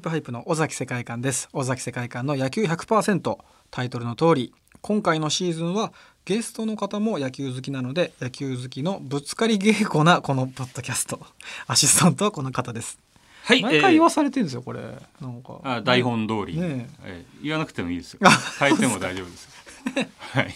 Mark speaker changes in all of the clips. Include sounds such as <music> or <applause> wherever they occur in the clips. Speaker 1: プハイプの尾崎世界観です尾崎世界観の野球100%タイトルの通り今回のシーズンはゲストの方も野球好きなので野球好きのぶつかり稽古なこのポッドキャストアシスタントはこの方です
Speaker 2: はい、
Speaker 1: 毎回言
Speaker 2: えー
Speaker 1: わされてるんですよこれなんか
Speaker 2: あ台本通り、
Speaker 1: ね
Speaker 2: えー言わなくてもいいですよ
Speaker 1: あ。
Speaker 2: 変えても大丈夫ですよ。はい、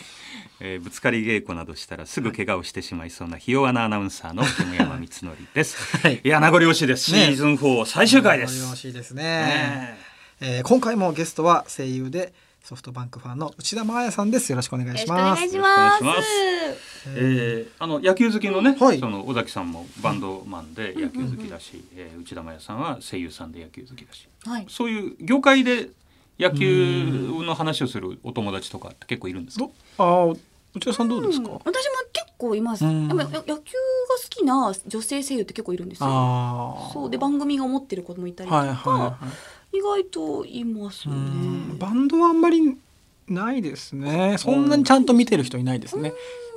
Speaker 2: えーぶつかり稽古などしたらすぐ怪我をしてしまいそうなひ弱なアナウンサーの煙山光則です。
Speaker 1: はい
Speaker 2: いや名残惜しいです。シ
Speaker 1: ね
Speaker 2: ーズン4最終回で
Speaker 1: よろ
Speaker 2: す。
Speaker 1: しいですね
Speaker 2: ね
Speaker 1: えー今回もゲストは声優でソフトバンクファンの内田真彩さんですよろしくお願いします
Speaker 2: します
Speaker 3: よろしくお願いし
Speaker 2: えーあの野球好きのね、
Speaker 1: はい
Speaker 2: その尾崎さんもバンドマンで野球好きだし、えー内田真也さんは声優さんで野球好きだし、
Speaker 3: ます。はい。
Speaker 2: そういう業界で野球の話をするお友達とかって結構いるんですか
Speaker 1: ど。あー内田さんどうですか、
Speaker 3: うん私も結構います。
Speaker 1: う
Speaker 3: で
Speaker 1: ん
Speaker 3: もや野球が好きな女性声優って結構いるんですよ。
Speaker 1: ああ
Speaker 3: そうで番組が持ってる子もいたりとか、
Speaker 1: はいはいはい
Speaker 3: 意外といます
Speaker 1: う
Speaker 3: ね。
Speaker 1: んバンドはあんまりないですねそんなにちゃんと見てる人いないですね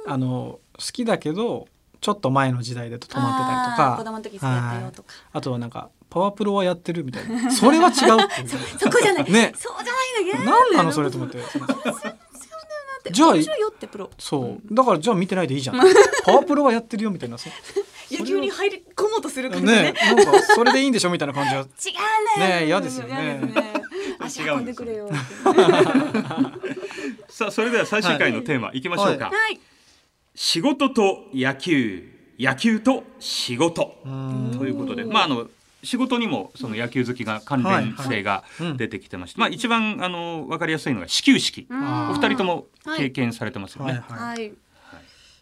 Speaker 1: あの好きだけどちょっと前の時代だと止まってたりと
Speaker 3: あー
Speaker 1: か
Speaker 3: 子供の時にやったよとか。
Speaker 1: あとはなんかパワープロはやってるみたいなそれは違うっていう
Speaker 3: <laughs> そこじゃない。
Speaker 1: <laughs> ね
Speaker 3: そうじゃないんだけど。
Speaker 1: 何なのそれと思って
Speaker 3: て
Speaker 1: じゃあ
Speaker 3: 面白いよってプロ。
Speaker 1: そうだからじゃあ見てないでいいじゃんパワープロはやってるよみたいなそ
Speaker 3: 野球に入り込もうとする
Speaker 1: ね
Speaker 3: 感じね。
Speaker 1: なんかそれでいいんでしょみたいな感じは
Speaker 3: 違うね。
Speaker 1: ね嫌ですよね
Speaker 3: 嫌で
Speaker 1: <laughs>
Speaker 3: すね足運んでくれよって。
Speaker 2: さあそれでは最終回のテーマいきましょうか。
Speaker 3: はい。
Speaker 2: 仕事と野球野球と仕事
Speaker 1: うん
Speaker 2: ということで
Speaker 3: うん
Speaker 2: まああの仕事にもその野球好きが関連性が
Speaker 1: はいはい
Speaker 2: 出てきてまして、まあ、一番あの分かりやすいのが始球式、
Speaker 3: うん
Speaker 2: お二人と。も経験されてますよね、
Speaker 1: はいは
Speaker 3: はいい。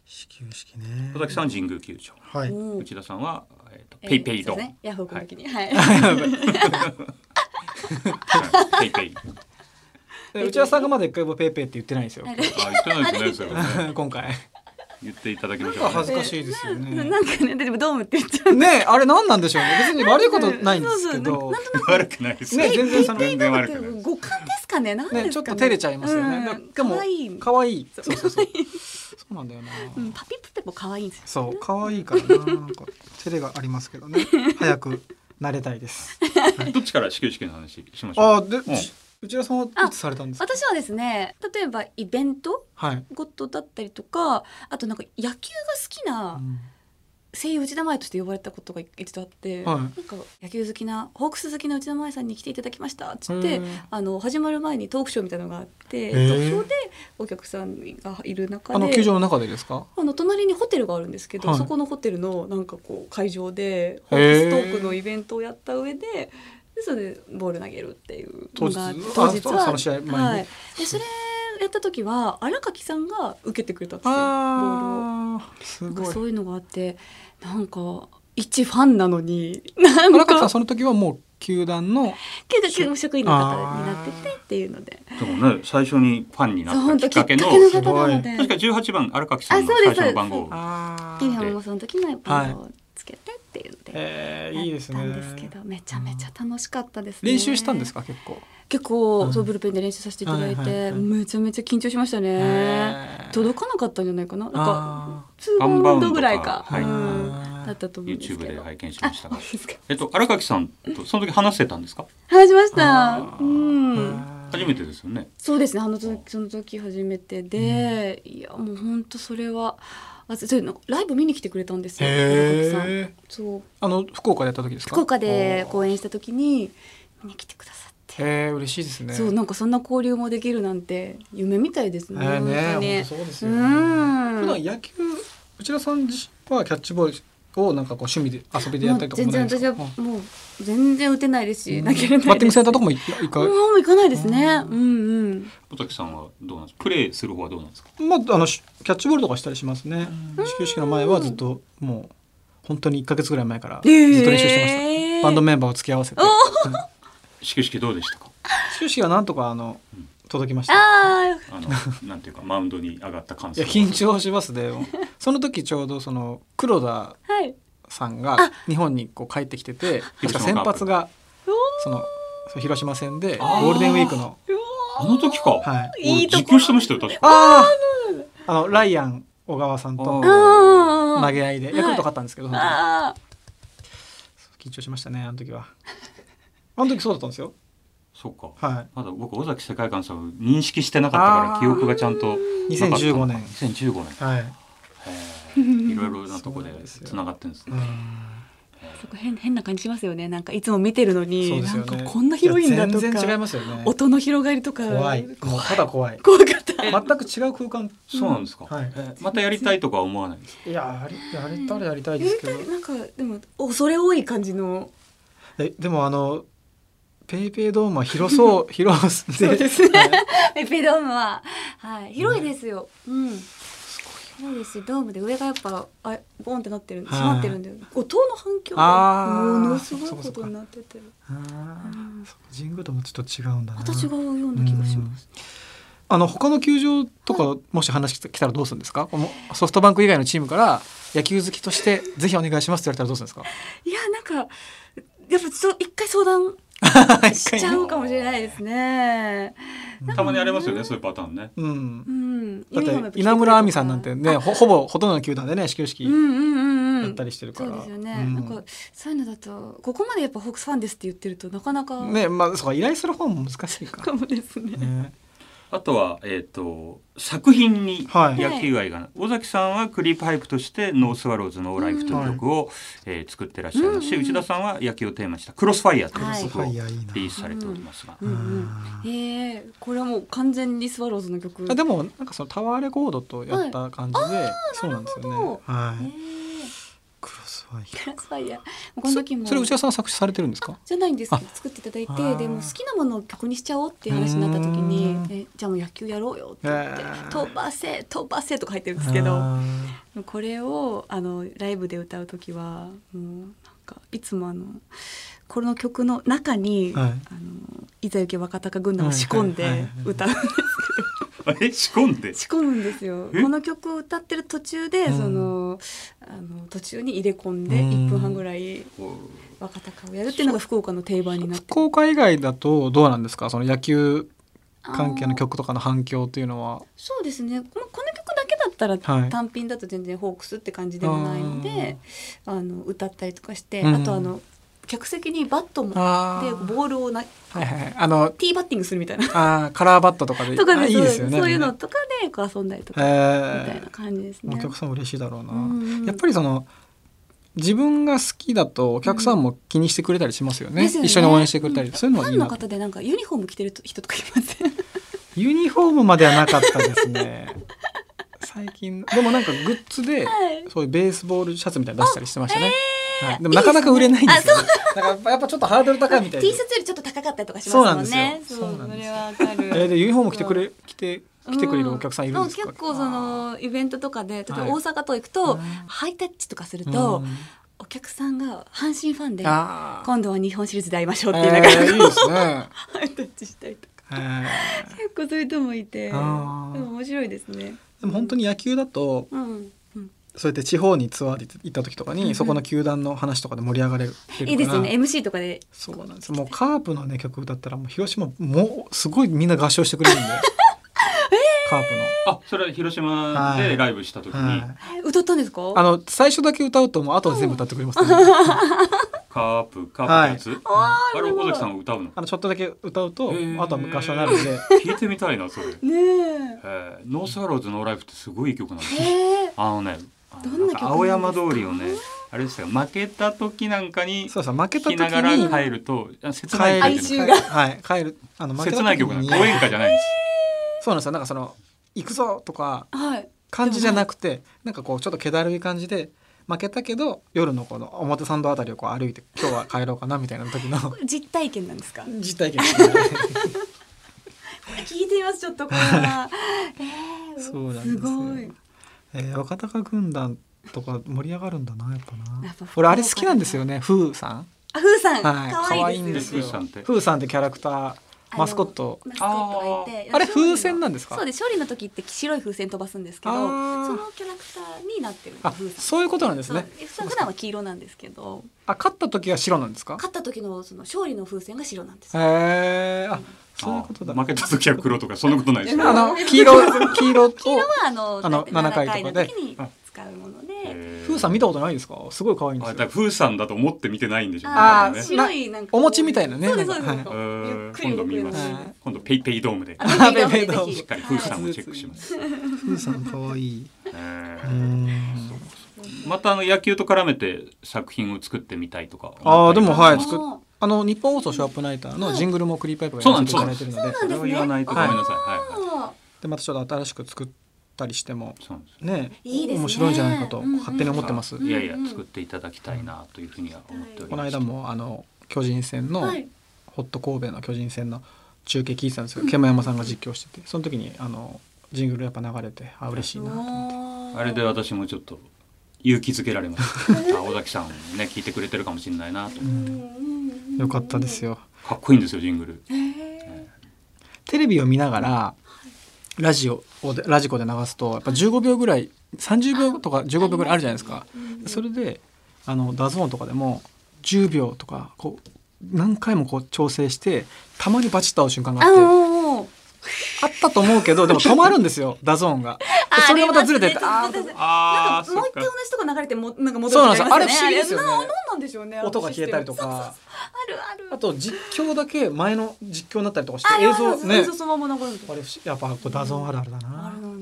Speaker 1: 始球式ね
Speaker 2: 小崎さんは神宮球場
Speaker 1: はい
Speaker 3: うん
Speaker 2: 内田さんは、えーとペイペイド、
Speaker 3: えーそうですねヤフオクの時に。はい。
Speaker 2: はいペイペイ
Speaker 1: え内田さんがまだ一回もペイペイって言ってないんですよ
Speaker 2: あ言ってないで
Speaker 1: <laughs>
Speaker 2: すねそれね
Speaker 1: 今
Speaker 3: <laughs>
Speaker 1: 回
Speaker 2: 言っていただきましょうか
Speaker 1: 恥
Speaker 2: ね、
Speaker 1: ずかしいですよ
Speaker 3: な
Speaker 1: ね
Speaker 3: なんかね、でもドームって言っちゃう。
Speaker 1: <laughs> ねえあれ何なんでしょうね別に悪いことないんですけ
Speaker 3: そうそう
Speaker 1: ど
Speaker 2: <laughs> 悪くないです
Speaker 1: ね全然その
Speaker 2: 全然悪くないです
Speaker 3: 五感ですかね。なんですか
Speaker 1: ね
Speaker 3: ね。
Speaker 1: ちょっと照れちゃいますよねだ
Speaker 3: うん
Speaker 1: でも
Speaker 3: 可愛い。
Speaker 1: 可愛いそう
Speaker 3: <laughs>
Speaker 1: そうそうそうなんだよな
Speaker 3: うんパピプペも可愛いんですよ。
Speaker 1: そう可愛いから
Speaker 3: <laughs>
Speaker 1: ななんか照れがありますけどね早く慣れたいです
Speaker 2: どっちから始球式の話しましょう
Speaker 1: あで、
Speaker 2: ん
Speaker 1: 内田さんはいつされたんですか
Speaker 3: 私はですね、例えばイベント
Speaker 1: はい、
Speaker 3: ごとだったりとか、あとなんか野球が好きな声優内田前として呼ばれたことが一度あって、
Speaker 1: はい
Speaker 3: なんか野球好きなホークス好きな内田前さんに来ていただきましたっつって、あの始まる前にトークショーみたいなのがあって、
Speaker 1: へ
Speaker 3: ト
Speaker 1: ー
Speaker 3: ークショーでお客さんがいる中で、
Speaker 1: あの球場の中でですか
Speaker 3: あの隣にホテルがあるんですけど、
Speaker 1: はい
Speaker 3: そこのホテルのなんかこう会場
Speaker 1: へー
Speaker 3: でホークストークのイベントをやった上で。でそれでボール投げるっていう
Speaker 1: 当日
Speaker 3: のが
Speaker 1: あそうその試合前に
Speaker 3: はい、でそれやった時は荒垣さんが受けてくれたんですよボール
Speaker 1: あ
Speaker 3: を
Speaker 1: あす
Speaker 3: なんか
Speaker 1: ごい
Speaker 3: そういうのがあってなんか一ファンなのになん
Speaker 1: 村上さん
Speaker 3: か
Speaker 1: その時はもう球団の
Speaker 3: けど結構職員の方になっててっていうので
Speaker 2: でもね最初にファンにな
Speaker 3: そう本
Speaker 2: った
Speaker 3: 当
Speaker 2: きっ
Speaker 3: きっ
Speaker 2: か
Speaker 3: かけ
Speaker 2: けの
Speaker 3: の
Speaker 1: すご
Speaker 3: 方
Speaker 1: い
Speaker 3: な
Speaker 2: 確
Speaker 3: の
Speaker 2: か
Speaker 3: で
Speaker 2: 18番荒垣さんの
Speaker 3: あそ
Speaker 2: 最
Speaker 3: うです
Speaker 2: 初の番号
Speaker 1: あ
Speaker 3: ユニフォームもその時の番号をつけてっていうので。
Speaker 1: えー、いい
Speaker 3: や
Speaker 1: で
Speaker 3: っ
Speaker 1: す
Speaker 3: た
Speaker 1: ね
Speaker 3: んですけど、めちゃめちゃ楽しかったです、ね。
Speaker 1: 練習したんですか結構、
Speaker 3: 結構、
Speaker 1: うん
Speaker 3: そうブルペンで練習させていただいて、
Speaker 1: はいはいはい
Speaker 3: めちゃめちゃ緊張しましたね、
Speaker 1: えー
Speaker 3: 届かなかったんじゃないかななんか
Speaker 1: あ
Speaker 3: 2バウンドぐらいか
Speaker 2: ワンバウンドかはい
Speaker 3: うん
Speaker 1: あー
Speaker 3: だったと思うんですけ
Speaker 2: YouTube
Speaker 3: ど
Speaker 2: で拝見しましたが
Speaker 3: あそうですか
Speaker 2: えっと荒垣さんとその時話せたんですか
Speaker 3: 話しまし
Speaker 1: あ
Speaker 3: た
Speaker 1: ー
Speaker 3: うん
Speaker 2: 初めてですよね
Speaker 3: そうですねあの時その時初めてで、いやもう本当それはあそうなんかライブ見に来てくれたんですよ
Speaker 1: へ
Speaker 3: 中国さん
Speaker 1: え
Speaker 3: そう
Speaker 1: あの福岡でやった時ですか
Speaker 3: 福岡で公
Speaker 1: 演
Speaker 3: 演した時に見に来てくださって
Speaker 1: へえ嬉しいですね
Speaker 3: そうなんかそんな交流もできるなんて夢みたいです
Speaker 1: え
Speaker 3: ね。
Speaker 1: ーね
Speaker 3: 本当
Speaker 1: 本
Speaker 3: に
Speaker 1: 当そうです
Speaker 3: う
Speaker 1: よね
Speaker 3: ん。
Speaker 1: 普段野球内田さん自身はキャッチボールをなんかこう趣味で遊びでやったりとか
Speaker 3: もう全
Speaker 1: もない
Speaker 3: 然
Speaker 1: んですか
Speaker 3: 私は
Speaker 1: うん
Speaker 3: もう全然打てないですし、
Speaker 1: うん
Speaker 3: 投げれないです。
Speaker 1: バッティングセンターとかも一一回、
Speaker 3: もう行かないですね。うん
Speaker 2: 小崎さんはどうなんですかプレーする方はどうなんですか
Speaker 1: まあ、あのしキャッチボールとかしたりしますね始球式の前はずっともう本当に1か月ぐらい前からずっと
Speaker 3: う
Speaker 1: 練
Speaker 3: ん。
Speaker 1: 習してました、
Speaker 3: えー
Speaker 1: バンドメンバーを付き合わせてうん
Speaker 2: 始球式どうでしたか
Speaker 1: 始球式はなんとかあの届きましたい
Speaker 3: あ
Speaker 2: あ
Speaker 3: <laughs>
Speaker 2: のなんていうかマウンドに上がった感想
Speaker 1: や緊張しますでもその時ちょうどその黒田
Speaker 3: あ、はい。
Speaker 1: さんが日本にこう帰ってきてて確か先発が
Speaker 3: う
Speaker 1: そのそう広島戦で
Speaker 2: あー
Speaker 1: ゴールデンウィークの
Speaker 3: お
Speaker 2: あ
Speaker 3: ー
Speaker 2: の時か、
Speaker 1: はい
Speaker 2: 俺
Speaker 3: いいとこ
Speaker 2: 実況してましたよ確か
Speaker 1: あああのライアン小川さんと
Speaker 2: あ
Speaker 3: あー
Speaker 1: 投げ合いでヤクルト勝ったんですけど、その時
Speaker 3: あ
Speaker 1: 緊張しましたねあの時はあの時そうだったんですよ。
Speaker 2: そうか。
Speaker 1: はい。
Speaker 2: まだ僕尾崎世界観さんを認識してなかったから
Speaker 1: あー
Speaker 2: 記憶がちゃんとなかった
Speaker 1: 2015年
Speaker 2: 2015年
Speaker 1: はい。
Speaker 2: へ
Speaker 3: <laughs>
Speaker 2: ーいろいろなとこで
Speaker 1: そうなんですよ
Speaker 2: つながってるんです
Speaker 1: う
Speaker 2: ね。
Speaker 1: ん。
Speaker 3: そこ変変な感じしますよねなんかいつも見てるのに、
Speaker 1: そうです
Speaker 3: な
Speaker 1: よ
Speaker 3: んか
Speaker 1: ね。
Speaker 3: こんな広いんだとか
Speaker 1: や全然違いますよね。
Speaker 3: 音の広がりとか
Speaker 1: 怖い。もうただ怖い。
Speaker 3: 怖かった
Speaker 1: 全く違う空間。
Speaker 2: そうなんですか。
Speaker 1: はい
Speaker 2: えまたやりたいとかは思わないんですか。
Speaker 1: いややりやれたらやりたい
Speaker 3: や
Speaker 1: で
Speaker 3: り
Speaker 1: すけ
Speaker 3: た
Speaker 1: ど
Speaker 3: い。なんかでも恐れ多い感じの
Speaker 1: えでもあのペイペイドームは広そう <laughs> 広そうで
Speaker 3: ですねエピドームは、はい、広いですよ、うん広いですしドームで上がやっぱあボンってなってる
Speaker 1: はい
Speaker 3: 閉まってるんで音の反響が
Speaker 1: あー
Speaker 3: ものすごいことになってて
Speaker 1: あ
Speaker 3: う
Speaker 1: ー
Speaker 3: ん
Speaker 1: 神宮ともちょっと違うんだな。
Speaker 3: また違うような気がします、
Speaker 1: あの他の球場とかもし話来たらどうするんですか。このソフトバンク以外のチームから野球好きとしてぜひお願いしますって言われたらどうするんですか。
Speaker 3: いやなんかやっぱそう一回相
Speaker 1: <laughs>
Speaker 3: 談しちゃうかもしれないですね
Speaker 2: たまにありますよねそういうパターンね。
Speaker 1: うん
Speaker 3: う。ん
Speaker 1: だ
Speaker 3: ユニフォームや
Speaker 1: っ
Speaker 3: ぱ着
Speaker 1: て
Speaker 3: てくれる
Speaker 1: 稲
Speaker 3: とか
Speaker 1: 村亜美さんなんてねほほぼほとんどの球団でね始球式
Speaker 3: うんうんうんうん
Speaker 1: やったりしてるから
Speaker 3: そうですよね、
Speaker 1: うん
Speaker 3: なんかそういうのだとここまでやっぱホークスファンですって言ってるとなかなか
Speaker 1: ねまあそうか依頼する方も難しいか
Speaker 3: かもですね
Speaker 1: ら。ね。
Speaker 2: あとはえっ、と作品に
Speaker 1: はい
Speaker 2: 野球愛が、尾崎さんはクリープハイプとしてノースワローズのオーライフという曲を、えー作ってらっしゃいますし、
Speaker 3: うんうん
Speaker 2: 内田さんは野球をテーマにしたクロスファイヤーと
Speaker 3: はい
Speaker 2: いう曲を
Speaker 1: い
Speaker 2: リ
Speaker 1: やいいな。
Speaker 2: リースされておりますが、
Speaker 3: うんうん
Speaker 1: あ、ー
Speaker 3: ええこれはもう完全にスワローズの曲。
Speaker 1: あでもなんかそのタワーレコードとやった感じで、そうなんですよ
Speaker 3: なるほ
Speaker 1: ね
Speaker 3: ど。
Speaker 1: は
Speaker 3: え
Speaker 1: い。
Speaker 3: え
Speaker 1: クロスファイヤ
Speaker 3: クラスファイヤー。この時
Speaker 1: ー
Speaker 3: も。
Speaker 1: それ内田さんは作詞されてるんですか。
Speaker 3: じゃないんですけど
Speaker 1: あ
Speaker 3: 作っていただい
Speaker 1: あ
Speaker 3: て
Speaker 1: ー
Speaker 3: でも好きなものを曲にしちゃおうっていう話になった時に
Speaker 1: うーん
Speaker 3: えじゃあもう野球やろうよって言って
Speaker 1: へー
Speaker 3: 「飛ばせ飛ばせ」とか入ってるんですけど
Speaker 1: あ
Speaker 3: これをあのライブで歌う時はもうなんかいつもあのこの曲の中に、
Speaker 1: はい
Speaker 3: あのいざゆけ若隆軍団を仕込ん
Speaker 1: はいはい
Speaker 3: で
Speaker 1: はいはい
Speaker 3: 歌うんです
Speaker 2: あれ仕込んで
Speaker 3: 仕込むんですよ。
Speaker 2: え
Speaker 3: この曲を歌ってる途中で、
Speaker 1: うん
Speaker 3: そのあの途中に入れ込んで
Speaker 1: うん
Speaker 3: 1分半ぐらい
Speaker 2: こう
Speaker 3: 若隆をやるっていうのが福岡の定番に
Speaker 1: ー
Speaker 3: なって
Speaker 1: 福岡以外だとどうなんですか。その野球関係の
Speaker 3: あー
Speaker 1: 曲とかの反響というのは。
Speaker 3: そうですね、まあ、この曲だけだったら
Speaker 1: はい
Speaker 3: 単品だと全然ホークスって感じでもないので、あの歌ったりとかして、
Speaker 1: うん
Speaker 3: あとあの客席にバットもで
Speaker 1: あー
Speaker 3: ボールをなテ
Speaker 1: はいはいはい。あの
Speaker 3: ィーバッティングするみたいな
Speaker 1: あーカラーバットとかで
Speaker 3: とか
Speaker 1: あ
Speaker 3: で
Speaker 1: いいですよね。
Speaker 3: そういう
Speaker 1: あ
Speaker 3: の
Speaker 1: れね。
Speaker 3: とかでこう遊んだりとかみたい
Speaker 1: え
Speaker 3: な感じです
Speaker 1: えー、
Speaker 3: ね
Speaker 1: お。客さんも嬉しいだろうな。
Speaker 3: うん
Speaker 1: やっぱりその自分が好きだとお客さんも気にしてくれたりしますよね。
Speaker 3: ですよね
Speaker 1: 一緒に応援してくれたり、そういうの
Speaker 3: フ
Speaker 1: はい
Speaker 3: ァン
Speaker 1: いな
Speaker 3: の
Speaker 1: と。
Speaker 3: 方でなんかユニフォーム着てる人とかいません
Speaker 1: ユニフォームまではなかったです
Speaker 3: <laughs>
Speaker 1: ね。最近でもなんかグッズで、
Speaker 3: はい
Speaker 1: そういうベースボールシャツみたいなの出したりしてましたね。はい、でもなかなか売れないんですよ、ね。だからやっぱちょっとハードル高いみたい
Speaker 3: T
Speaker 1: で
Speaker 3: シャ。ツよりちょっと高かったりとかしますもんね。
Speaker 1: そうなんですよそうなんですよ
Speaker 3: それはわか
Speaker 1: え
Speaker 3: る。
Speaker 1: ーでユニフォーム着てくれ来て来てくれるお客さんいるんですか。
Speaker 3: う結構そのイベントとかで、例えば
Speaker 1: はい
Speaker 3: 大阪と行くと、
Speaker 1: うん
Speaker 3: ハイタッチとかする
Speaker 1: うん
Speaker 3: と、お客さんが阪神ファンで、
Speaker 1: あー
Speaker 3: 今度は日本シリーズで会いましょうっていうのが、
Speaker 1: えーいいです
Speaker 3: <laughs>
Speaker 1: ね。
Speaker 3: ハイタッチしたりと
Speaker 1: え
Speaker 3: か。
Speaker 1: ー
Speaker 3: 結構そういう人もいて、で
Speaker 1: あー
Speaker 3: も面白いですね。
Speaker 1: でも本当に野球だと
Speaker 3: うん。うん
Speaker 1: そうやって地方にツアーで行った時とかに、
Speaker 3: うんうん
Speaker 1: そこの球団の話とかで盛り上がれる
Speaker 3: いいですよね。MC とかで。
Speaker 1: そうなんですもうカープのね曲歌ったらもう広島もうすごいみんな合唱してくれるんで、カープ
Speaker 2: あそれは広島でライブした時に、
Speaker 1: の、はい、
Speaker 3: え歌ったんですか？
Speaker 1: あの最初だけ歌うともうあとは全部歌ってくれますね、
Speaker 2: カープカープってやつ、あれ
Speaker 3: すごい
Speaker 2: 尾崎さんが歌うの
Speaker 1: あのちょっとだけ歌うと、
Speaker 2: へー
Speaker 1: あとは合唱になるんで
Speaker 2: 聞いてみたいなそれ、
Speaker 3: ねえ。
Speaker 2: えーノースワローズノーライフってすごいいい曲な
Speaker 1: <laughs>
Speaker 2: んですよ
Speaker 3: へえ。
Speaker 2: あのねあ
Speaker 3: どん
Speaker 2: のなん
Speaker 3: な曲なんです
Speaker 2: か
Speaker 3: か
Speaker 2: 青山通りをねあれですよ負けた時なんかに
Speaker 1: そうそう負け
Speaker 2: 聞
Speaker 1: た時
Speaker 2: きなが
Speaker 1: に
Speaker 2: ら帰るとあ切ない
Speaker 1: 帰
Speaker 2: 曲
Speaker 1: る
Speaker 2: じゃな
Speaker 3: 哀
Speaker 2: い
Speaker 3: 愁が
Speaker 1: はい帰るあの負けた
Speaker 2: 切
Speaker 1: 時
Speaker 2: ない曲なん
Speaker 1: に
Speaker 2: です応援歌じゃないんです
Speaker 1: そうなんですよなんかその行くぞとか
Speaker 3: はい。
Speaker 1: 感じじゃなくてなんかこうちょっと気だるい感じで負けたけど夜のこの表参道あたりをこう歩いて今日は帰ろうかなみたいな時の
Speaker 3: 実体験なんですか？
Speaker 1: 実体験ですね
Speaker 3: 聞いてみますちょっとこれ
Speaker 1: <laughs>
Speaker 3: は。えー
Speaker 1: そうなんですよ
Speaker 3: ごい。
Speaker 1: えー若隆軍団とか盛り上がるんだなやっぱ
Speaker 3: や
Speaker 1: な
Speaker 3: っぱ
Speaker 1: 俺あれ好きなんですよね風さん
Speaker 3: あ、ふうさん、
Speaker 1: はい
Speaker 3: 可愛、い、
Speaker 1: ん
Speaker 3: で
Speaker 1: ですす
Speaker 3: よ。
Speaker 1: よ
Speaker 2: 風さんって
Speaker 1: 風さんってキャラクタ
Speaker 3: あ
Speaker 1: ー
Speaker 3: の
Speaker 1: マスコット
Speaker 3: マスコットがいて
Speaker 1: あーあれ風船なんですか
Speaker 3: そうで勝利の時って白い風船飛ばすんですけど
Speaker 1: あ
Speaker 3: そ
Speaker 1: ー
Speaker 3: のキャラクターになってるんです
Speaker 1: あ
Speaker 3: 風さん
Speaker 1: そういうことなんですね
Speaker 3: そう普段は黄色なんですけど
Speaker 1: あ勝った時は白なんですか
Speaker 3: 勝った時のその勝利の風船が白なんです
Speaker 1: へ
Speaker 3: よ
Speaker 1: えー、あ <laughs> そういうことだ
Speaker 2: あー負けた時は黒とかそんなことないです
Speaker 3: い
Speaker 2: よ
Speaker 3: や
Speaker 1: あの黄色黄色と
Speaker 3: 黄色はあの
Speaker 1: あの
Speaker 3: 大体7
Speaker 1: 7回とかで
Speaker 3: の時に使うもので
Speaker 2: えー
Speaker 1: 風ーさん見たことないですかすごい可愛いんで
Speaker 2: あだ
Speaker 1: す
Speaker 2: から
Speaker 1: よ。
Speaker 2: 風さんだと思って見てないんでしょうね
Speaker 3: あ
Speaker 2: 多
Speaker 3: あ
Speaker 2: 分ね
Speaker 3: 白いなんか
Speaker 1: お餅みたいなね
Speaker 3: そうですそうです、
Speaker 1: なんか
Speaker 2: う
Speaker 3: ゆ
Speaker 2: ー
Speaker 3: っ
Speaker 2: ん
Speaker 3: くり
Speaker 2: 今度見ます
Speaker 1: はい
Speaker 2: 今度ペイペイドームで
Speaker 1: あ
Speaker 3: 動く
Speaker 1: ペイペイ
Speaker 3: ように
Speaker 1: ドーム
Speaker 2: しっかり
Speaker 3: ぜ
Speaker 2: 風
Speaker 3: ひ
Speaker 2: さんをチェックします、
Speaker 1: <laughs> ふーさん可愛い。
Speaker 2: えー
Speaker 1: うーん
Speaker 2: またあの野球と絡めて作品を作ってみたいとか
Speaker 1: あーでも
Speaker 3: は
Speaker 1: はいい作っあの日本放送ショーアップナイターのジングルもクリーパイプが
Speaker 2: そう
Speaker 1: や
Speaker 2: な
Speaker 1: ら
Speaker 2: ん
Speaker 1: せ
Speaker 2: で
Speaker 1: てい
Speaker 2: す
Speaker 1: ただいてるので、
Speaker 2: そ
Speaker 3: そうなんですね
Speaker 2: れは言わないとごめんなさいはい、はい、
Speaker 3: あ
Speaker 1: でまたちょっと新しく作ったりしても
Speaker 2: そうなんです
Speaker 1: ね、
Speaker 3: いいですね
Speaker 1: 面白いんじゃないかと
Speaker 3: うんうん
Speaker 1: 勝手に思ってます。
Speaker 2: いやいや
Speaker 3: うんうん
Speaker 2: 作っていただきたいなというふうには思っており
Speaker 1: この
Speaker 2: ます
Speaker 1: 間もあの巨人戦
Speaker 3: ー
Speaker 1: の
Speaker 3: はい
Speaker 1: ホット神戸の巨人戦の中継聞いてたんですけど、山山さんが実況してて、その時にあのジングルやっぱ流れてあ嬉しいなと思って。
Speaker 2: あれで
Speaker 3: は
Speaker 2: 私もちょっと勇気づけられま
Speaker 3: <laughs>
Speaker 2: した。あ尾崎さんね聞いてくれてるかもしれないなと。
Speaker 1: よかったですよ。
Speaker 2: かっこいいんですよジングル。
Speaker 3: へー
Speaker 1: テレビを見ながらラジオをでラジコで流すとやっぱ15秒ぐらい30秒とか15秒ぐらいあるじゃないですか。それであのダゾーンとかでも10秒とかこう何回もこう調整してたまにバチッと合う瞬間が
Speaker 3: あ
Speaker 1: あって。
Speaker 3: おーおー
Speaker 1: あったと思うけど、でも止まるんです
Speaker 3: <laughs>
Speaker 1: よ、ダゾーンが。でそれがまたずれてって、
Speaker 3: あ
Speaker 1: あ
Speaker 3: りますね
Speaker 2: あ
Speaker 3: なんかもう一回同じとこ流れてもなんか戻
Speaker 1: そうなん
Speaker 3: っ
Speaker 1: です
Speaker 3: て
Speaker 1: よ
Speaker 3: きま
Speaker 1: あれ不思議ですよね
Speaker 3: あれななんでしょうね。
Speaker 1: ー音が消えたりと
Speaker 3: そうそう
Speaker 1: か。
Speaker 3: そう。あるあ
Speaker 1: あ
Speaker 3: る。
Speaker 1: と実況だけ前の実況になったりとかして、
Speaker 3: あ
Speaker 1: 映像
Speaker 3: 映
Speaker 1: ね
Speaker 3: 像。そのまま流れてる
Speaker 1: あれ不思やっぱこうダゾーンあるあるだ
Speaker 3: あ
Speaker 1: な
Speaker 3: る。な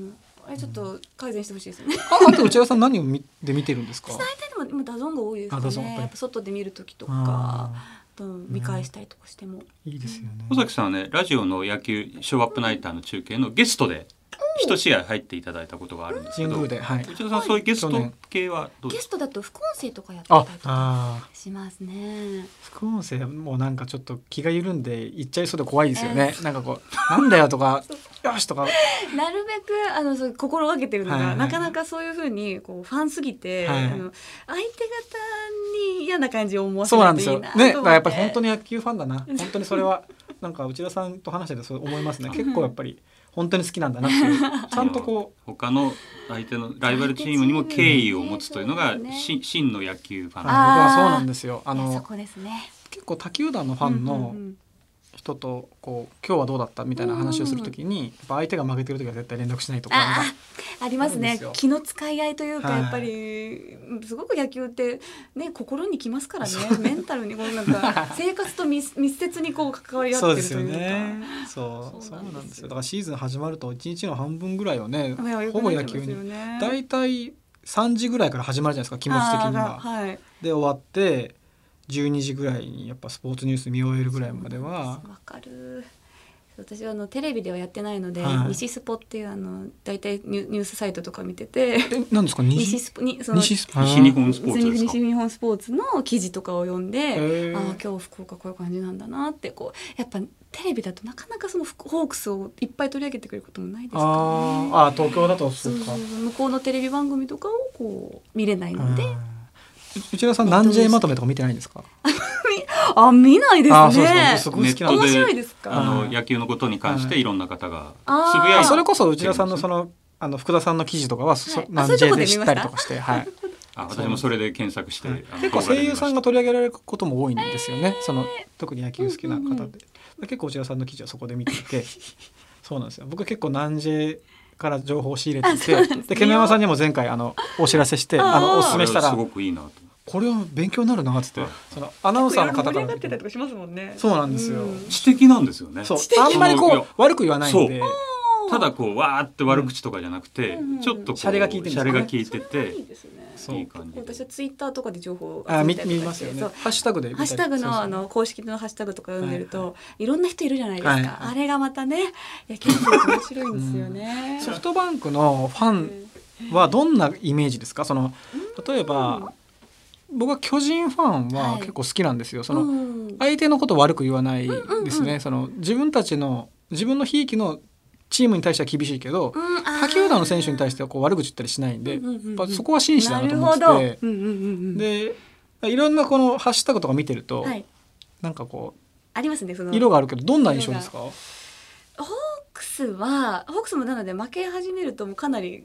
Speaker 3: あれちょっと改善してほしいですね。 <laughs>
Speaker 1: あ、あと内田さん何を見で見てるんですか。
Speaker 3: 大体でも今ダゾーンが多いですか
Speaker 1: あダゾーンやっ
Speaker 3: ね。
Speaker 1: ぱり
Speaker 3: やっぱ外で見るときとか、
Speaker 1: あ
Speaker 3: あと見返したりとかしても。
Speaker 1: ーいいですよね。
Speaker 2: 尾崎さんはねラジオの野球ショーアップナイターの中継のゲストで一試合入っていただいたことがあるんですけ
Speaker 1: 神
Speaker 2: ど。
Speaker 1: 宮
Speaker 2: 内
Speaker 1: で、はい。
Speaker 2: 田さんそういうゲスト系はどうで
Speaker 3: ゲ
Speaker 2: す
Speaker 3: ストだと副音声とかやってたり
Speaker 1: あ、
Speaker 3: とか
Speaker 1: あー。
Speaker 3: しますね。
Speaker 1: 副音声もなんかちょっと気が緩んで行っちゃいそうで怖いですよ
Speaker 3: え
Speaker 1: ね。なんかこうなんだよとか、よしとか。
Speaker 3: なるべくあのそう心がけてるのが、
Speaker 1: はいはい
Speaker 3: なかなかそういうふうにこうファンすぎて、
Speaker 1: はい
Speaker 3: あの相手方に嫌な感じを思わせ
Speaker 1: そう
Speaker 3: な
Speaker 1: ないん
Speaker 3: と
Speaker 1: で
Speaker 3: い
Speaker 1: す
Speaker 3: い
Speaker 1: よ。ね、
Speaker 3: な
Speaker 1: だ
Speaker 3: と思って
Speaker 1: からやっぱり本当に野球ファンだな。本当にそれはなんか内田さんと話しててそう思いますね。結構やっぱり本当に好きなんだなって <laughs> いう。ちゃんとこう。
Speaker 2: 他の相手のライバルチームにも敬意を持つというのが
Speaker 3: そうですね
Speaker 2: し真の野球ファ
Speaker 1: あ
Speaker 2: ン
Speaker 1: の僕
Speaker 2: の
Speaker 1: はそうなんですよ。あ
Speaker 3: いやそ
Speaker 1: の
Speaker 3: こですね
Speaker 1: 結構他球団のファンの
Speaker 3: うんうんうん
Speaker 1: 人とこう今日はどうだったみたいな話をするときに、やっぱ相手が負けてるときは絶対連絡しないとか。なん
Speaker 3: あ
Speaker 1: か
Speaker 3: あありま
Speaker 1: あ
Speaker 3: す
Speaker 1: るん
Speaker 3: ね
Speaker 1: ですよ
Speaker 3: 気の使い合いというか、
Speaker 1: はい
Speaker 3: やっぱりすごく野球ってね心にきますからねメンタルにこうな
Speaker 1: <laughs>
Speaker 3: んか生活と密密接にこう関わり合
Speaker 1: そう
Speaker 3: っ
Speaker 1: で
Speaker 3: てる
Speaker 1: すよ
Speaker 3: というか。
Speaker 1: ね。そう、
Speaker 3: そ
Speaker 1: そうう
Speaker 3: な
Speaker 1: なんん
Speaker 3: で
Speaker 1: ですす
Speaker 3: よ
Speaker 1: よ。だからシーズン始まると一日の半分ぐらいはね
Speaker 3: まあ、よ
Speaker 1: ほ
Speaker 3: くな
Speaker 1: ぼ
Speaker 3: っちゃい
Speaker 1: 野
Speaker 3: ます
Speaker 1: 球
Speaker 3: よね
Speaker 1: に。だいたい3時ぐらいから始まるじゃないですか、気持ち的に
Speaker 3: あー
Speaker 1: は。
Speaker 3: はい、
Speaker 1: で終わって12時ぐらいにやっぱスポーツニュース見終えるぐらいまでは
Speaker 3: わかる私はあのテレビではやってないので、
Speaker 1: はい
Speaker 3: 西スポっていうあの大体ニュニュースサイトとか見てて
Speaker 1: えなんですか
Speaker 3: 西
Speaker 1: <laughs> 西
Speaker 3: スポにその
Speaker 1: 西スポ
Speaker 2: 西日本スポーツですか
Speaker 3: 西日本スポーツの記事とかを読んで、
Speaker 1: へー
Speaker 3: ああ今日福岡こういう感じなんだなってこうやっぱテレビだとなかなかその福ホークスをいっぱい取り上げてくれることもないですから
Speaker 1: あ
Speaker 3: ね
Speaker 1: ー。あー東京だとそ
Speaker 3: そう
Speaker 1: う
Speaker 3: そう
Speaker 1: か
Speaker 3: そう向こうのテレビ番組とかをこう見れないので、
Speaker 1: あーう内田さん何 J まとめとか見てないんですか
Speaker 3: あ見ないですね。
Speaker 1: あーそうです僕すごい好きなん
Speaker 2: ネット
Speaker 1: で
Speaker 3: 面
Speaker 2: で
Speaker 3: 白いですか。
Speaker 2: あの
Speaker 1: うん
Speaker 2: 野球のことに関していろんな方が
Speaker 3: あー
Speaker 2: つぶやい
Speaker 1: あ
Speaker 2: て
Speaker 1: それこそ内田さんのそ
Speaker 2: の
Speaker 1: のあの福田さんの記事とかはそ、
Speaker 3: はいあ
Speaker 1: 何
Speaker 3: そうい
Speaker 1: J
Speaker 3: うとこで
Speaker 1: で
Speaker 3: 見
Speaker 1: 知
Speaker 3: ま
Speaker 1: っ
Speaker 3: した
Speaker 1: たりとかしてはい
Speaker 2: 私もそれで検索してあの
Speaker 1: 結構
Speaker 2: 動画
Speaker 1: 声
Speaker 2: で見ま
Speaker 1: 優
Speaker 2: した
Speaker 1: さんが取り上げられることも多いんですよね、その特に野球好きな方で、
Speaker 3: うんうんうん
Speaker 1: 結構内田さんの記事はそこで見ていてそうなんですよ僕結構南 J から情報を仕入れていてでケメマさんにも前回あのお知らせして
Speaker 3: あー
Speaker 1: あのおすすめした
Speaker 2: あ
Speaker 1: ら
Speaker 2: れはすごくいいなと
Speaker 1: これは勉強になるなっつって
Speaker 2: はい
Speaker 1: そのアナウンサーの方か
Speaker 3: 盛り
Speaker 1: ら
Speaker 3: 上が
Speaker 1: 見
Speaker 3: って
Speaker 1: て
Speaker 3: たりとかしますもんね。
Speaker 1: そうなんですよ
Speaker 3: ん
Speaker 2: 知的なんですよね
Speaker 1: そう
Speaker 3: 知的
Speaker 1: あんまり
Speaker 2: いや
Speaker 1: こう悪く言わないんで
Speaker 2: ただこうわーって悪口とかじゃなくて、
Speaker 3: うん
Speaker 2: ちょっとこう
Speaker 1: シャレが効いてるんです
Speaker 2: シャ
Speaker 1: よ
Speaker 2: レ
Speaker 1: ね
Speaker 2: が効いて
Speaker 3: それ
Speaker 1: <laughs>
Speaker 3: はい
Speaker 2: て
Speaker 3: いですね
Speaker 1: そう
Speaker 2: いい感じで
Speaker 3: 私はツイッターとかで情報を
Speaker 1: あ
Speaker 3: 集め
Speaker 1: 見
Speaker 3: たり
Speaker 1: 見
Speaker 3: とか
Speaker 1: ま
Speaker 3: し
Speaker 1: す
Speaker 3: て
Speaker 1: よね
Speaker 3: そう
Speaker 1: ハッシュタグで見
Speaker 3: ハ
Speaker 1: た
Speaker 3: ッ
Speaker 1: り
Speaker 3: シュタグ
Speaker 1: そう
Speaker 3: の
Speaker 1: そう
Speaker 3: あの公式のハッシュタグとか読んでる
Speaker 1: はい
Speaker 3: といろんな人いるじゃないです
Speaker 1: はい
Speaker 3: か。あれがまたね野球部面白いんですよね。
Speaker 1: ソフトバンクのファンはどんなイメージですかその例えば僕は巨人ファンは結構好きなんですよ、その、
Speaker 3: うん
Speaker 1: 相手のことを悪く言わないですね、
Speaker 3: うんうんう
Speaker 1: その自分たちの自分のひいきのチームに対しては厳しいけど
Speaker 3: うんあー
Speaker 1: 他球団の選手に対してはこう悪口言ったりしないんで、
Speaker 3: うんうんうんうん
Speaker 1: やっぱそこは真摯だなと思って
Speaker 3: なる
Speaker 1: て
Speaker 3: ほどうんうんうんうん
Speaker 1: でいろんなこのハッシュタグとか見てると、
Speaker 3: はい
Speaker 1: なんかこ
Speaker 3: ありますねその
Speaker 1: う色があるけどどんな印象ですか
Speaker 3: ホークスはホークスもなので負け始めるともうかなり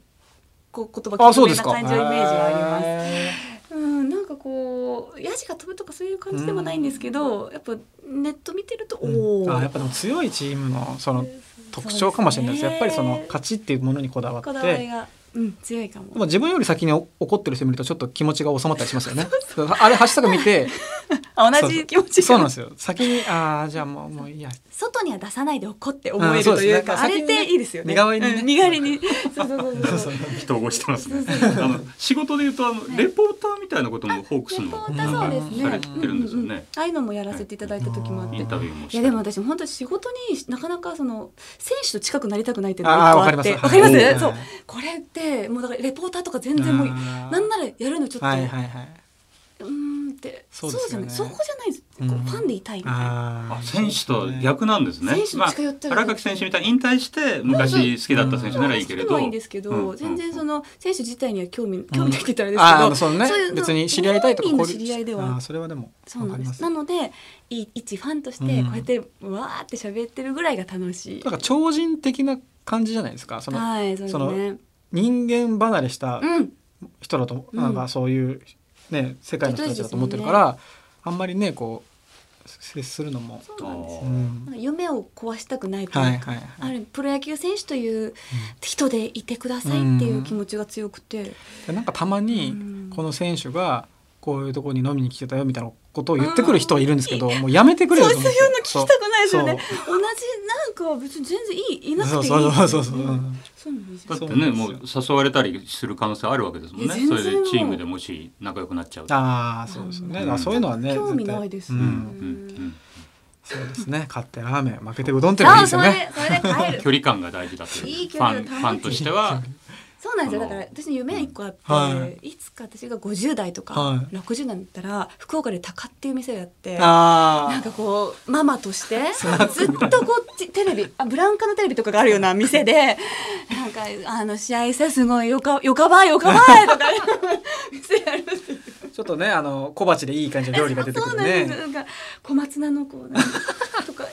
Speaker 3: こう言葉
Speaker 1: あ
Speaker 3: き
Speaker 1: そうで
Speaker 3: つめ
Speaker 1: す
Speaker 3: な
Speaker 1: か
Speaker 3: 感じのイメージはあります。
Speaker 1: へ
Speaker 3: うん、なんかこうヤジが飛ぶとかそういう感じでもないんですけど、やっぱネット見てると、
Speaker 1: ー
Speaker 3: おお
Speaker 1: あやっぱでも強いチームのその特徴かもしれないです
Speaker 3: そう
Speaker 1: や
Speaker 3: で
Speaker 1: っ
Speaker 3: す
Speaker 1: ぱ
Speaker 3: ね
Speaker 1: りその勝ちっていうものにこだわ
Speaker 3: こだ
Speaker 1: っ
Speaker 3: わり
Speaker 1: て
Speaker 3: がうん強いかも
Speaker 1: でも自分より先にお怒ってる人見るとちょっと気持ちが収まったりしますよね。あれハッシュタグ見
Speaker 3: <laughs>
Speaker 1: て
Speaker 3: あ同じ気持ちが
Speaker 1: そうなんですよ。先にああじゃあもうもういいや。
Speaker 3: 外には出さないで怒って思え
Speaker 1: うん
Speaker 3: る
Speaker 1: そう
Speaker 3: と
Speaker 1: ですね
Speaker 3: いうか、
Speaker 1: まあ
Speaker 3: あ
Speaker 1: 先
Speaker 3: れ
Speaker 1: に
Speaker 3: っ
Speaker 1: ね
Speaker 3: ていいですよね
Speaker 1: 身代わりにね
Speaker 3: うん身代わりにそうそうそうそう
Speaker 2: 人を起こしてますね。あの仕事で言うとあのレポーターみたいなこともホークス
Speaker 3: レ
Speaker 2: の
Speaker 3: ポ
Speaker 2: は
Speaker 3: ーターそうですね
Speaker 1: さ
Speaker 2: れてるんですよね
Speaker 3: うううああいうのもやらせていただいた時もあっ
Speaker 2: い
Speaker 3: て
Speaker 2: インタビューもして。
Speaker 3: いやでも私本当仕事になかなかその選手と近くなりたくないっていうの
Speaker 1: あ
Speaker 3: が
Speaker 1: あ
Speaker 3: 一個
Speaker 1: わか
Speaker 3: あ
Speaker 1: り
Speaker 3: っ
Speaker 1: ます。
Speaker 3: てわかります
Speaker 1: はい
Speaker 3: そうこれってもうだからレポーターとか全然もうなんならやるのちょっと、
Speaker 1: はいはいはい。
Speaker 3: うーんってそ,、
Speaker 1: そううです
Speaker 3: じ
Speaker 1: よ
Speaker 3: ゃ
Speaker 1: ね
Speaker 3: ないそこじゃないです、こう
Speaker 1: うん
Speaker 3: ファンでいたいみたいな
Speaker 1: あ
Speaker 2: あ
Speaker 1: ー
Speaker 2: 選手と逆なんですね
Speaker 3: 選手。に近寄ったら
Speaker 2: まあ、原垣選手みたいに引退して昔好きだった選手ならいいけれ
Speaker 3: そう
Speaker 2: ど、
Speaker 3: いうのはいいんですけど、
Speaker 2: うん
Speaker 3: 全然その選手自体には興味
Speaker 1: う
Speaker 3: 興
Speaker 1: ん
Speaker 3: 味ないって言ったらあれですけ
Speaker 1: ああ
Speaker 3: ど、
Speaker 1: そうね
Speaker 3: そういう
Speaker 1: 別に知り合いたいとか
Speaker 3: 本人の
Speaker 1: 交流
Speaker 3: 知り合いでは
Speaker 1: あーそれはでも
Speaker 3: そうなん
Speaker 1: わ
Speaker 3: で
Speaker 1: かり
Speaker 3: す
Speaker 1: ま
Speaker 3: なのでい一ファンとしてこ
Speaker 1: うん
Speaker 3: うやってわーって喋ってるぐらいが楽しい、
Speaker 1: なんか超人的な感じじゃないですかその
Speaker 3: はいそうですね
Speaker 1: 人間離れした
Speaker 3: うん
Speaker 1: 人だと、
Speaker 3: うん
Speaker 1: なんかそういうね世界の人たちだと思ってるから、あんまりねこう接するのも、
Speaker 3: そうなんですよ
Speaker 1: う
Speaker 3: なん
Speaker 1: ん、
Speaker 3: か夢を壊したくないというか、
Speaker 1: はいはい
Speaker 3: あ
Speaker 1: はい
Speaker 3: るプロ野球選手という人でいてくださいっていう気持ちが強くて、
Speaker 1: でなんかたま
Speaker 3: う
Speaker 1: に
Speaker 3: ん
Speaker 1: この選手がこういうところに飲みに来てたよみたいなことを言ってくる人はいるんですけど、もうやめてくれよ
Speaker 3: そう
Speaker 1: と
Speaker 3: そう
Speaker 1: 思
Speaker 3: い
Speaker 1: って
Speaker 3: うの聞きたくないですよね
Speaker 1: そ
Speaker 3: 同じなんか別に全然いいいなくてい
Speaker 1: そ
Speaker 3: いう
Speaker 1: そうそうそうそう、う
Speaker 3: うん
Speaker 1: ん
Speaker 3: そうなんです
Speaker 2: だって
Speaker 3: よ
Speaker 1: そうな
Speaker 2: ね
Speaker 1: んです
Speaker 2: も
Speaker 1: よ
Speaker 2: う誘われたりする可能性あるわけですもんね
Speaker 3: いや全
Speaker 2: そ
Speaker 3: 然
Speaker 2: れでチームでもし仲良くなっちゃうと
Speaker 1: ああそうですよね、だ
Speaker 2: うん
Speaker 1: からそういうのはね
Speaker 3: 興味
Speaker 1: 絶対
Speaker 3: ないです
Speaker 1: う
Speaker 3: ね
Speaker 2: うん
Speaker 1: ん、
Speaker 2: うん
Speaker 1: そうですね勝ってラーメン負けてうどんっていうのがいい
Speaker 3: あ
Speaker 1: です
Speaker 3: そ
Speaker 1: よ
Speaker 3: れ
Speaker 1: ね
Speaker 3: それで帰
Speaker 2: うん
Speaker 1: <laughs>
Speaker 3: る
Speaker 2: 距離感が大事だという
Speaker 3: いい距
Speaker 2: フ
Speaker 3: 離
Speaker 2: ァ
Speaker 3: を
Speaker 2: ンファンとしては
Speaker 3: そうなんですよ
Speaker 2: あ
Speaker 3: だ
Speaker 2: の
Speaker 3: から私の夢は一個あって、、
Speaker 1: はい
Speaker 3: つか私が50代と
Speaker 1: は
Speaker 3: か
Speaker 1: い
Speaker 3: 60代になったら福岡でタカっていう店をやって、
Speaker 1: あ
Speaker 3: なん
Speaker 1: あ
Speaker 3: かこうママとしてずっとこっちテレビあブラウンカのテレビとかがあるような
Speaker 1: <laughs>
Speaker 3: 店でなんかあの試合さすごいよかよかばいよかばいとか
Speaker 1: <laughs>
Speaker 3: 店やるんですよ
Speaker 1: ちょっとねあの小鉢でいい感じの料理が出てく
Speaker 3: そう
Speaker 1: る
Speaker 3: なん
Speaker 1: ね
Speaker 3: ですよなんか小松菜のこうなんかと
Speaker 1: <laughs>
Speaker 3: か
Speaker 2: で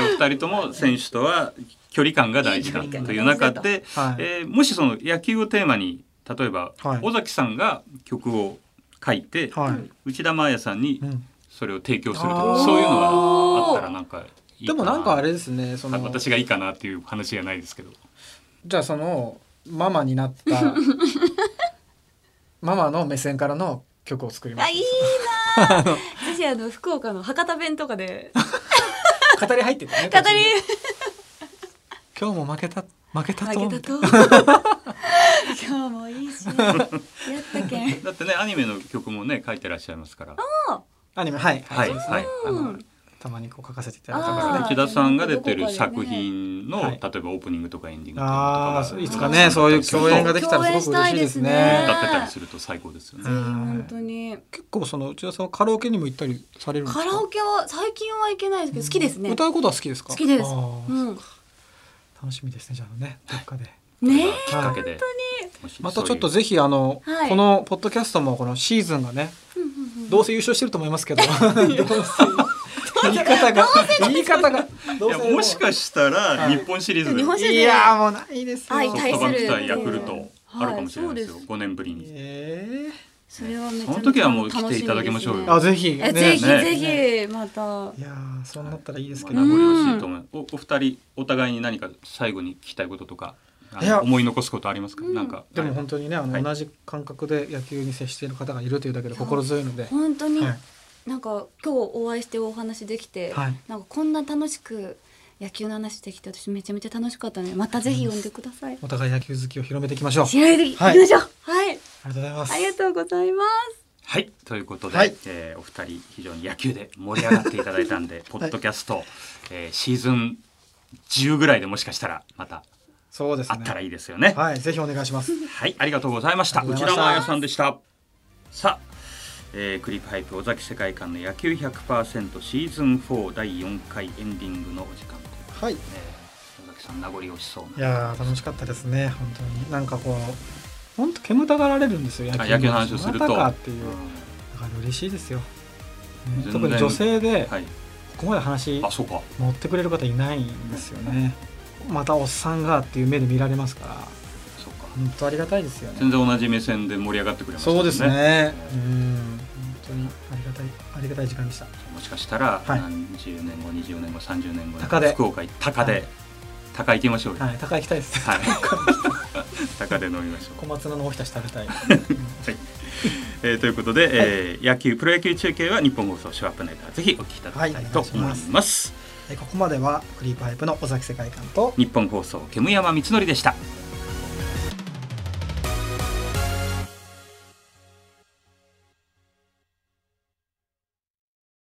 Speaker 2: お二人とも選手とは距離感が大事だという中で、
Speaker 1: はい
Speaker 2: えーもしその野球をテーマに例えば
Speaker 1: はい
Speaker 2: 尾崎さんが曲を書いて
Speaker 1: はい、
Speaker 2: 内田真彩さんに
Speaker 1: うん
Speaker 2: それを提供すると
Speaker 1: あ
Speaker 2: か
Speaker 1: ー
Speaker 2: そういうのはあったらなんかいい
Speaker 1: で
Speaker 2: かな
Speaker 1: もなんかあれですねその
Speaker 2: 私がいいかなっていう話じゃないですけど
Speaker 1: じゃあそのママになったママの目線からの曲を作りま
Speaker 3: あ
Speaker 1: す
Speaker 3: いいなぁ私あの福岡の博多弁とかで
Speaker 1: 語り入ってたね
Speaker 3: <laughs> 語
Speaker 1: 途中で
Speaker 3: り
Speaker 1: 今日も負けた負けたと
Speaker 3: 負けたと今日もいいしやったけん
Speaker 2: だってねアニメの曲もね書いてらっしゃいますから
Speaker 1: アニメはい
Speaker 2: はい
Speaker 1: そうですね
Speaker 2: はい
Speaker 1: あ
Speaker 3: う
Speaker 1: の
Speaker 3: ん
Speaker 1: たまにこう書かせていただいた
Speaker 2: だ
Speaker 1: か
Speaker 2: からら
Speaker 1: ね
Speaker 3: あー
Speaker 2: 内田さんが出てる作品の、
Speaker 1: はい
Speaker 2: 例えばオープニングとかエンディングと
Speaker 1: あ
Speaker 2: か
Speaker 1: ー
Speaker 2: が
Speaker 1: いつかねそういう共演ができたらすごく嬉しいです
Speaker 3: 共演したい
Speaker 1: ね
Speaker 3: ですね
Speaker 2: 歌ってたりすると最高ですよ
Speaker 3: ぜ
Speaker 2: ね
Speaker 3: ひ本当に
Speaker 1: 結構その内田さんはカラオケにも行ったりされるんです
Speaker 3: カ
Speaker 1: か
Speaker 3: ラオケは最近は行けないですけど好きですね
Speaker 1: 歌うことは好きですか
Speaker 3: 好きです
Speaker 1: あー
Speaker 3: うん
Speaker 1: 楽しみですねじゃあねどっかで
Speaker 3: ねえ
Speaker 2: きっかけでもし
Speaker 1: またちょっと
Speaker 2: そういう
Speaker 1: ぜひあの、
Speaker 3: はい
Speaker 1: このポッドキャストもこのシーズンがね
Speaker 3: うんうんうん
Speaker 1: どうせ優勝してると思いますけどどうせ言い方が言い方がどう
Speaker 2: い
Speaker 1: せ
Speaker 2: やもしかしたら日本シリーズで
Speaker 3: 日
Speaker 2: ソ
Speaker 3: 本
Speaker 2: フ
Speaker 3: シリーズ
Speaker 1: いやーもうないですよ
Speaker 3: 相対
Speaker 2: トバンク対
Speaker 3: 対する
Speaker 2: ヤクルトあるかもしれないですよ
Speaker 3: はいそうです
Speaker 2: 5年ぶりに
Speaker 1: え
Speaker 3: それはめちゃめちゃ
Speaker 2: その時はもう来ていただきましょうよ
Speaker 1: ーあ
Speaker 3: 楽
Speaker 1: ぜひ、
Speaker 3: みですねえぜひ
Speaker 2: ね
Speaker 3: ぜひまた
Speaker 1: いやーそうなったらいいですけど、
Speaker 2: まあ
Speaker 3: うん
Speaker 2: 名残惜しいと思うおお二人お互いに何か最後に聞きたいこととかあの
Speaker 1: いや
Speaker 2: 思い残すことありますか、
Speaker 3: うん
Speaker 2: なんか
Speaker 1: でも本当にねあの、
Speaker 2: はい
Speaker 1: 同じ感覚で野球に接している方がいるというだけで心強いので、はい、
Speaker 3: 本当に
Speaker 1: はい
Speaker 3: なんか今日お会いしてお話できて
Speaker 1: はい
Speaker 3: なんかこんな楽しく野球の話できて私めちゃめちゃ楽しかったのでまたぜひ呼んでください
Speaker 1: お互い野球好きを広めていきましょうあり
Speaker 3: 試合で行きましょうはい
Speaker 1: がとうございます
Speaker 3: ありがとうございます
Speaker 2: はいということで、
Speaker 1: はい
Speaker 2: えーお二人非常に野球で盛り上がっていただいたんで、ポッドキャスト、えーシーズン10ぐらいでもしかしたらまた
Speaker 1: そうです
Speaker 2: あ
Speaker 1: ね
Speaker 2: ったらいいですよね。はい、
Speaker 1: はいぜひお願いします
Speaker 2: ありがとうございました。
Speaker 1: ありが
Speaker 2: 内
Speaker 1: と
Speaker 2: 田
Speaker 1: うございました
Speaker 2: 真彩さんでした。さあ、えークリップハイプ尾崎世界観の野球100%シーズン4第4回エンディングのお時間というこ
Speaker 1: はい
Speaker 2: とで、尾崎さん名残惜しそう
Speaker 1: い
Speaker 2: な。
Speaker 1: やー楽しかったですね本当になんかこう本当煙たがられるんですよ
Speaker 2: あ野球の話をすると。
Speaker 1: またかっていう
Speaker 2: う
Speaker 1: だ
Speaker 2: ん
Speaker 1: から嬉しいですよ、ね
Speaker 2: 全然
Speaker 1: 特に女性でこ
Speaker 2: はい。
Speaker 1: こまで話
Speaker 2: あ、そうか。
Speaker 1: 持ってくれる方いないんですよねまたおっさんがっていう目で見られますから
Speaker 2: そうか。
Speaker 1: 本当ありがたいですよね
Speaker 2: 全然同じ目線で盛り上がってくれました
Speaker 1: そうですね
Speaker 2: う
Speaker 1: うん本当にありがたいありがたい時間でした
Speaker 2: もしかしたら
Speaker 1: はい
Speaker 2: 何十年後、20年後、30年後に
Speaker 1: 高で
Speaker 2: 福岡行った高
Speaker 1: は
Speaker 2: で
Speaker 1: い
Speaker 2: 高い行きましょうよ。は
Speaker 1: はい、高い行きたいです。
Speaker 2: い。 <laughs> 高で飲みましょう。
Speaker 1: 小松菜のおひたし食べ
Speaker 2: <laughs>
Speaker 1: たい。
Speaker 2: はい。えーということで、えー野球プロ野球中継は日本放送ショーアップナイターぜひお聞きいただきたいと思い
Speaker 1: はいお願
Speaker 2: ま
Speaker 1: い
Speaker 2: す。
Speaker 1: しえここまではクリーパイプの尾崎世界観と
Speaker 2: 日本放送煙山光則でした。